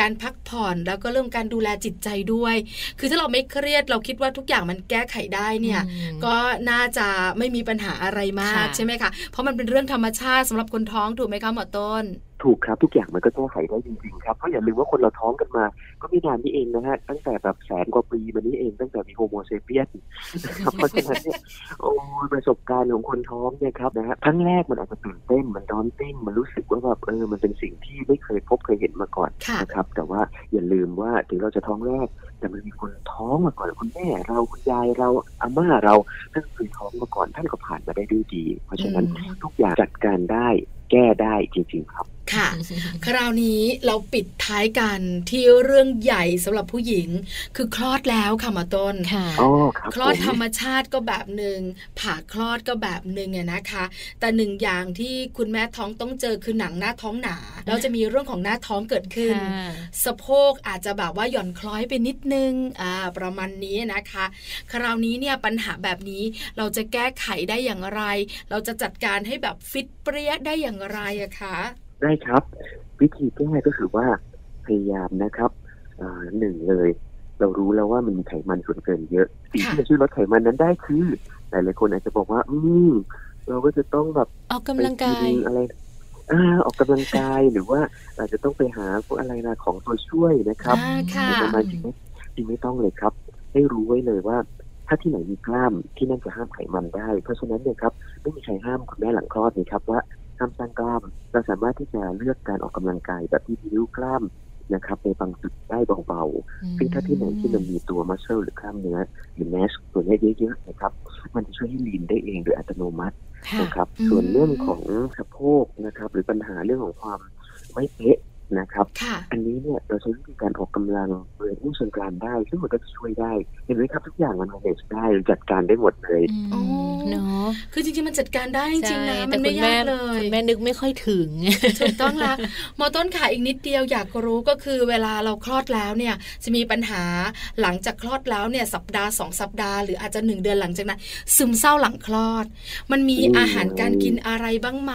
[SPEAKER 2] การพักผ่อนแล้วก็เรื่องการดูแลจิตใจด้วย คือถ้าเราไม่เครียดเราคิดว่าทุกอย่างมันแก้ไขได้เนี่ย
[SPEAKER 1] อืม
[SPEAKER 2] ก็น่าจะไม่มีปัญหาอะไรมาก
[SPEAKER 1] ค่ะ
[SPEAKER 2] ใช่ไหมคะเพราะมันเป็นเรื่องธรรมชาติสำหรับคนท้องถูกไหมคะหมอต้น
[SPEAKER 4] ถูกครับ ทุกอย่างมันก็แก้ไขได้จริงๆครับเพราะอย่าลืมว่าคนเราท้องกันมา ก็ไม่นานนี้เองนะฮะตั้งแต่แบบแสนกว่าปีมานี้เองตั้งแต่มีโฮโมเซเปียนนะครับเพราะฉะนั้นเนี่ย โอ้ยประสบการณ์ของคนท้องเนี่ยครับนะฮะครั้งแรกมันอาจจะตื่นเต้นมันร้อนเต้นมันรู้สึกว่าแบบเออมันเป็นสิ่งที่ไม่เคยพบเคยเห็นมาก่อน
[SPEAKER 2] ค่ะ
[SPEAKER 4] นะครับ แต่ว่าอย่าลืมว่าถึงเราจะท้องแรก แต่มันมีคนท้องมาก่อนคุณแม่เราคุณยายเราอาม่าเราท่านเคยท้องมาก่อนท่านก็ผ่านมาได้ด้วยดี เพราะฉะนั้น
[SPEAKER 2] อืม
[SPEAKER 4] ทุกอย่างจัดการได้แก้ได้จริง ๆ ครับ
[SPEAKER 2] ค่ะ คราวนี้เราปิดท้ายกันที่เรื่องใหญ่สำหรับผู้หญิง คือคลอดแล้วค่ะหมอต้น
[SPEAKER 1] ค่ะ
[SPEAKER 4] อ๋อครับ
[SPEAKER 2] คลอด
[SPEAKER 4] ผม
[SPEAKER 2] ธรรมชาติก็แบบหนึ่งผ่าคลอดก็แบบหนึ่งอะนะคะ แต่หนึ่งอย่างที่คุณแม่ท้องต้องเจอคือหนังหน้าท้องหนาแล้วจะมีเรื่องของหน้าท้องเกิดขึ้น สะโพกอาจจะแบบว่าหย่อนคล้อยไปนิดนึงอ่าประมาณนี้นะคะ คราวนี้เนี่ยปัญหาแบบนี้เราจะแก้ไขได้อย่างไร เราจะจัดการให้แบบฟิตเปรี้ยได้อย่างไรอะคะ
[SPEAKER 4] ได้ครับ วิธีแก้ก็คือว่าพยายามนะครับอ่าหนึ่งเลย เรารู้แล้วว่ามันมีไขมันส่วนเกินเยอะสิ่งที่
[SPEAKER 2] ค่ะ
[SPEAKER 4] จะช่วยลดไขมันนั้นได้คือหลายหลายๆคนอาจจะบอกว่า อืมเราก็จะต้องแบบ
[SPEAKER 1] ออกกำ
[SPEAKER 4] ไป
[SPEAKER 1] ลังกาย
[SPEAKER 4] นอะไรอ่าออกกำลังกาย หรือว่าอาจจะต้องไปหาพวกอะไรนะของตัวช่วยนะครับ
[SPEAKER 2] อ่าค่ะ
[SPEAKER 4] ประมาณจริงไหมจริงไม่ต้องเลยครับ ให้รู้ไว้เลยว่า ห ถ้าที่ไหนมีกล้ามที่นั่นจะห้ามไขมันได้ เพราะฉะนั้นเนี่ยครับไม่มีใครห้ามคุณแม่หลังคลอดเลยครับว่าห้ามสร้างกล้าม เราสามารถที่จะเลือกการออกกำลังกายแบบที่พิ้วกล้ามนะครับในบางจุดได้เบาๆ ซึ่งถ้าที่ไหนที่มันมีตัวมัสเซลหรือกล้ามเนื้อหรือแมสตัวเนี้ยเยอะๆนะครับ มันจะช่วยให้ลีนได้เองโดยอัตโนมัติ
[SPEAKER 1] ค่ะ
[SPEAKER 4] นะครับ
[SPEAKER 1] อืม
[SPEAKER 4] ส่วนเรื่องของสะโพกนะครับ หรือปัญหาเรื่องของความไม่เป๊ะนะครับ
[SPEAKER 2] ค่ะ
[SPEAKER 4] อันนี้เนี่ยเราใช้วิธีการออกกำลังเรียนรู้ส่วนกลางได้ ซึ่งมันก็จะช่วยได้ เห็นไหมครับทุกอย่างมัน manage ได้จัดการได้หมดเลย
[SPEAKER 1] อืม
[SPEAKER 2] โอ้
[SPEAKER 1] เนาะ
[SPEAKER 2] คือจริงๆมันจัดการได้จริงๆนะ
[SPEAKER 1] ใช่
[SPEAKER 2] มันไม่
[SPEAKER 1] แต่คุณ
[SPEAKER 2] ยากเลย
[SPEAKER 1] คุณแม่นึกไม่ค่อยถึง
[SPEAKER 2] ถูกต้องละหมอต้นขาอีกนิดเดียวอยากรู้ก็คือเวลาเราคลอดแล้วเนี่ยจะมีปัญหาหลังจากคลอดแล้วเนี่ยสัปดาห์สองสัปดาห์หรืออาจจะหนึ่งเดือนหลังจากนั้นซึมเศร้าหลังคลอด มันมี
[SPEAKER 4] อืม
[SPEAKER 2] อาหารการกินอะไรบ้างไหม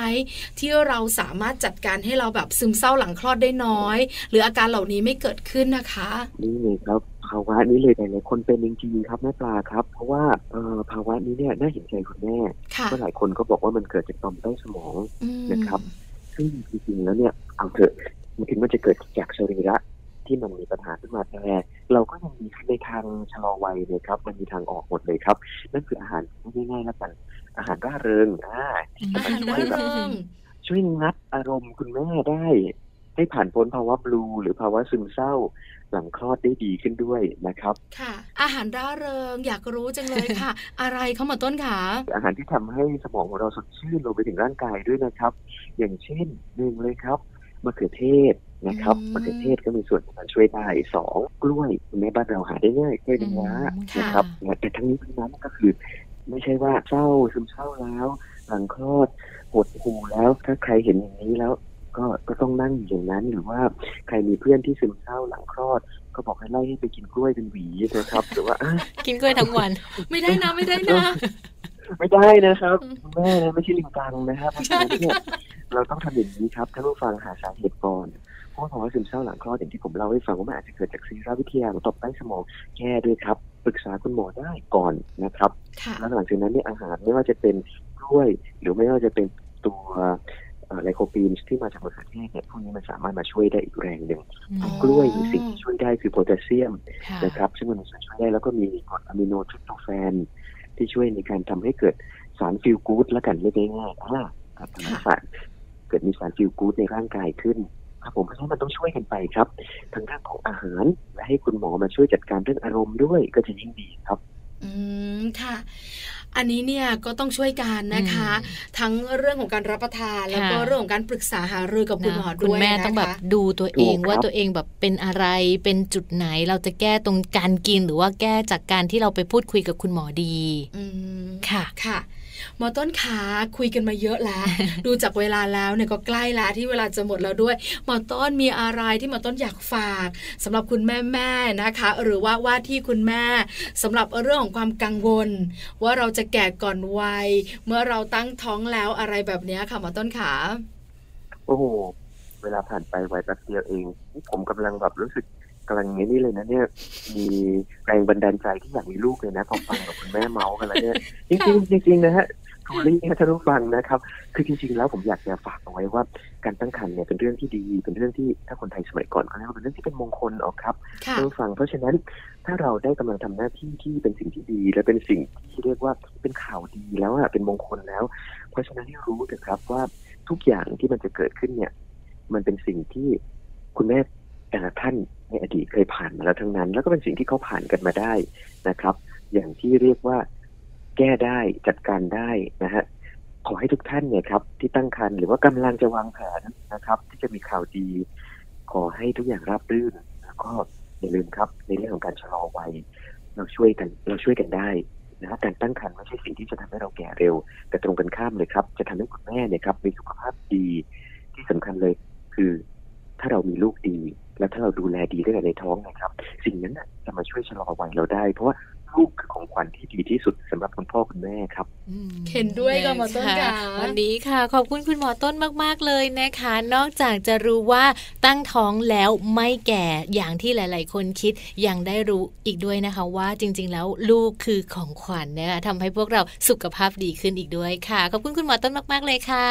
[SPEAKER 2] ที่เราสามารถจัดการให้เราแบบซึมเศร้าหลังคลอดได้น้อย หรืออาการเหล่านี้ไม่เกิดขึ้นนะคะ
[SPEAKER 4] นี่เลยครับภาวะนี้เลยหลายๆคนเป็นจริงๆครับแม่ปลาครับ เพราะว่าเอ่อภาวะนี้เนี่ยน่าเห็นใจคุณแม่
[SPEAKER 2] ค่ะ
[SPEAKER 4] เพราะหลายคนก็บอกว่ามันเกิดจากต่อมใต้สมอง
[SPEAKER 2] อืม
[SPEAKER 4] นะครับ ซึ่งจริงๆแล้วเนี่ยเอาเถอะมันถึงมันจะเกิดจากสรีระที่มันมีปัญหาขึ้นมาแต่เราก็ยังมีในทางชะลอวัยเลยครับ มันมีทางออกหมดเลยครับ นั่นคืออาหารง่ายๆแล้วกัน อาหารร่าเริงอ่า
[SPEAKER 2] อาหารร่าเริง
[SPEAKER 4] ช่วยงัดอารมณ์คุณแม่ได้ ให้ผ่านพ้นภาวะบลู หรือภาวะซึมเศร้า หลังคลอดได้ดีขึ้นด้วยนะครับ
[SPEAKER 2] ค่ะ อาหารร่าเริงอยากรู้จังเลย ค่ะ อะไรเข้ามาต้นขา
[SPEAKER 4] อาหารที่ทำให้สมองของเราสดชื่นรวมไปถึงร่างกายด้วยนะครับ อย่างเช่นหนึ่งเลยครับมะเขือเทศนะครับมะเขือเทศก็มีส่วนในการช่วยได้สองกล้วยคุณแม่บ้านเราหาได้ง่ายกล้วยน้ำว้า
[SPEAKER 1] อืมค่ะ
[SPEAKER 4] นะครับแต่ทั้งนี้ทั้งนั้นก็คือ ไม่ใช่ว่าเศร้าซึมเศร้าแล้ว หลังคลอดหดหูแล้ว ถ้าใครเห็นอย่างนี้แล้ว ก็ก็ต้องนั่งอยู่อย่างนั้นหรือว่าใครมีเพื่อนที่ซึมเศร้าหลังคลอด ก็บอกให้ไล่ให้ไปกินกล้วยเป็นหวีนะครับ หรือว่าอ่ะ
[SPEAKER 1] กินกล้วยทั้งวัน
[SPEAKER 2] ไม่ได้ นะไม่ได้นะ
[SPEAKER 4] ไม่ได้นะครับคุณแม่นะไม่ใช่ลิงกังนะครับเพราะฉะนั้นเนี่ยเราต้องทำอย่างนี้ครับท่านผู้ฟังหาสาเหตุก่อนเพราะว่าภาวะซึมเศร้าหลังคลอดอย่างที่ผมเล่าให้ฟังว่ามันอาจจะเกิดจากซีราวิทยาหรือต่อมใต้สมองแก้ด้วยครับปรึกษาคุณหมอได้ก่อนนะครับ
[SPEAKER 2] ค่ะ
[SPEAKER 4] แล้วหลังจากนั้นเนี่ยอาหารไม่ว่าจะเป็นกล้วย หรือไม่ว่าจะเป็นตัวไลโคปีนที่มาจากมะเขือเทศเนี่ยพวกนี้มันสามารถมาช่วยได้อีกแรงหนึ่ง
[SPEAKER 2] อ๋อ
[SPEAKER 4] กล้วยมีสิ่งที่ช่วยได้คือโพแทสเซียม
[SPEAKER 1] ค่ะ
[SPEAKER 4] นะครับซึ่งมันมีส่วนช่วยได้แล้วก็มีกรดอะมิโนทริปโตแฟน ที่ช่วยในการทำให้เกิดสารฟิลกูดและกันเรียกง่ายๆอ่าครับทำให้สารเกิดมีสารฟิลกูดในร่างกายขึ้นครับผมเพราะฉะนั้นมันต้องช่วยกันไปครับทั้งเรื่องของอาหาร และให้คุณหมอมาช่วยจัดการเรื่องอารมณ์ด้วยก็จะยิ่งดีครับ
[SPEAKER 2] อืมค่ะ อันนี้เนี่ยก็ต้องช่วยกันนะคะ ทั้งเรื่องของการรับประทานแล้วก็เรื่องของการปรึกษาหารือกับ
[SPEAKER 1] อืม
[SPEAKER 2] คุณหมอ
[SPEAKER 1] นะคุณ
[SPEAKER 2] ด้วย
[SPEAKER 1] แม่
[SPEAKER 2] นะคะ
[SPEAKER 1] ต้องแบบดูตัวเอง
[SPEAKER 4] ถูกครับ
[SPEAKER 1] ว่าตัวเองแบบเป็นอะไรเป็นจุดไหนเราจะแก้ตรงการกินหรือว่าแก้จากการที่เราไปพูดคุยกับคุณหมอดี
[SPEAKER 2] อืม
[SPEAKER 1] ค่ะ
[SPEAKER 2] ค่ะหมอต้นขาคุยกันมาเยอะแล้ว ดูจากเวลาแล้วเนี่ยก็ใกล้แล้วที่เวลาจะหมดแล้วด้วยหมอต้นมีอะไรที่หมอต้นอยากฝากสำหรับคุณแม่แม่ๆนะคะ หรือว่าว่าที่คุณแม่สำหรับเรื่องของความกังวล ว่าเราจะแก่ก่อนวัย เมื่อเราตั้งท้องแล้วอะไรแบบเนี้ยค่ะหมอต้นขา
[SPEAKER 4] โอ้โหเวลาผ่านไปไวแป๊บเดียวเองนี่ผมกำลังแบบรู้สึกกำลังอย่างนี้นี่เลยนะเนี่ย มีแรงบันดาลใจที่อยากมีลูกเลยนะพอฟังกับคุณแม่เมาส์กันแล้วเนี่ย จริงๆจริงๆนะฮะทูรี่ท่านผู้ฟังนะครับ คือจริงๆแล้วผมอยากจะฝากเอาไว้ว่าการตั้งครรภ์เนี่ยเป็นเรื่องที่ดี เป็นเรื่องที่ถ้าคนไทยสมัยก่อนเขาเรียกว่าเป็นเรื่องที่เป็นมงคลออกครับ
[SPEAKER 2] ค่ะ
[SPEAKER 4] ท่านผู้ฟังเพราะฉะนั้นถ้าเราได้กำลังทำหน้าที่ที่เป็นสิ่งที่ดี และเป็นสิ่งที่เรียกว่าเป็นข่าวดีแล้วอะเป็นมงคลแล้ว เพราะฉะนั้นให้รู้เถอะครับว่าทุกอย่างที่มันจะเกิดขึ้นเนี่ย มันเป็นสิ่งที่คุณแม่แต่ละท่านในอดีตเคยผ่านมาแล้วทั้งนั้น แล้วก็เป็นสิ่งที่เขาผ่านกันมาได้นะครับ อย่างที่เรียกว่าแก้ได้จัดการได้นะฮะขอให้ทุกท่านเนี่ยครับ ที่ตั้งครรภ์หรือว่ากำลังจะวางแผนนะครับ ที่จะมีข่าวดี ขอให้ทุกอย่างราบรื่นแล้วก็ อย่าลืมครับในเรื่องของการชะลอวัยเราช่วยกันเราช่วยกันได้นะครับการตั้งครรภ์ไม่ใช่สิ่งที่จะทำให้เราแก่เร็ว แต่ตรงกันข้ามเลยครับ จะทำให้คุณแม่เนี่ยครับมีสุขภาพดีที่สำคัญเลยคือ ถ้าเรามีลูกดี และถ้าเราดูแลดีตั้งแต่ในท้องนะครับ สิ่งนั้นน่ะจะมาช่วยชะลอวัยเราได้ เพราะว่าลูกคือของขวัญที่ดีที่สุดสำหรับคุณพ่อคุณแม่ครับ
[SPEAKER 1] อืม
[SPEAKER 2] เห็นด้วยกับหมอต้นค่ะ
[SPEAKER 1] ะวันนี้ค่ะ ขอบคุณคุณหมอต้นมาก ๆ เลยนะคะ นอกจากจะรู้ว่าตั้งท้องแล้วไม่แก่อย่างที่หลาย ๆ คนคิดยังได้รู้อีกด้วยนะคะ ว่าจริง ๆ แล้วลูกคือของขวัญนะคะทำให้พวกเราสุขภาพดีขึ้นอีกด้วยค่ะ ขอบคุณคุณหมอต้นมาก ๆ เลยค่ะ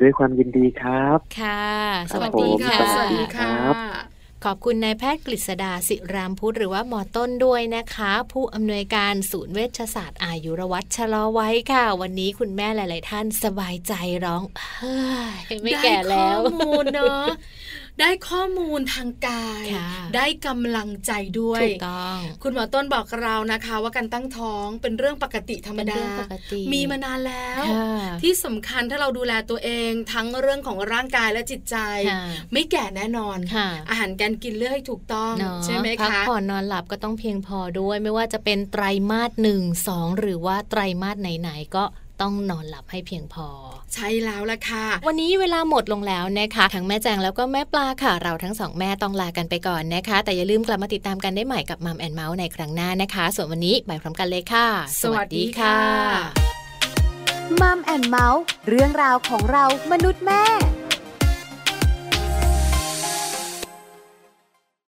[SPEAKER 4] ด้วยความยินดีครับ
[SPEAKER 1] ค่ะ ส
[SPEAKER 4] ครั
[SPEAKER 1] วั
[SPEAKER 4] บ
[SPEAKER 1] ส
[SPEAKER 4] ผ
[SPEAKER 1] ดี
[SPEAKER 4] ม
[SPEAKER 1] ค่ะ
[SPEAKER 2] สวัสดีค่ะ
[SPEAKER 4] สวัสดีครับ
[SPEAKER 1] ขอบคุณนายแพทย์กฤษดาสิรามพุทธหรือว่าหมอต้นด้วยนะคะ ผู้อำนวยการศูนย์เวชศาสตร์อายุรวัตชะลอไว้ค่ะ วันนี้คุณแม่หลาย ๆ ท่านสบายใจร้องเฮ้ยไม่แก่แล้ว
[SPEAKER 2] ได้ข้อมูลเนาะได้ข้อมูลทางกาย
[SPEAKER 1] ค่ะ
[SPEAKER 2] ได้กำลังใจด้วย
[SPEAKER 1] ถูกต้อง
[SPEAKER 2] คุณหมอต้นบอกเรานะคะ ว่าการตั้งท้องเป็นเรื่องปกติธรรม
[SPEAKER 1] เป็น
[SPEAKER 2] ดา
[SPEAKER 1] เรื่องปกติ
[SPEAKER 2] มีมานานแล้ว
[SPEAKER 1] ค่ะ
[SPEAKER 2] ที่สำคัญถ้าเราดูแลตัวเองทั้งเรื่องของร่างกายและจิตใจ
[SPEAKER 1] ค่ะ
[SPEAKER 2] ไม่แก่แน่นอน
[SPEAKER 1] ค่ะ
[SPEAKER 2] อาหารการกินเลือกให้ถูกต้อง
[SPEAKER 1] เนาะ
[SPEAKER 2] ใช่ไหม
[SPEAKER 1] พัก
[SPEAKER 2] คะ
[SPEAKER 1] ผ่อนนอนหลับก็ต้องเพียงพอด้วย ไม่ว่าจะเป็นไตรมาสหนึ่งสองหรือว่าไตรมาสไหนๆก็ต้องนอนหลับให้เพียงพอ
[SPEAKER 2] ใช่แล้วล่ะค่ะ
[SPEAKER 1] วันนี้เวลาหมดลงแล้วนะคะ ทั้งแม่แจงแล้วก็แม่ปลาค่ะ เราทั้งสองแม่ต้องลากันไปก่อนนะคะ แต่อย่าลืมกลับมาติดตามกันได้ใหม่กับมัมแอนเมาส์ในครั้งหน้านะคะ ส่วนวันนี้ไปพร้อมกันเลยค่ะ
[SPEAKER 2] สวัสดีค่ะ
[SPEAKER 3] มัมแอนเมาส์เรื่องราวของเรามนุษย์แม่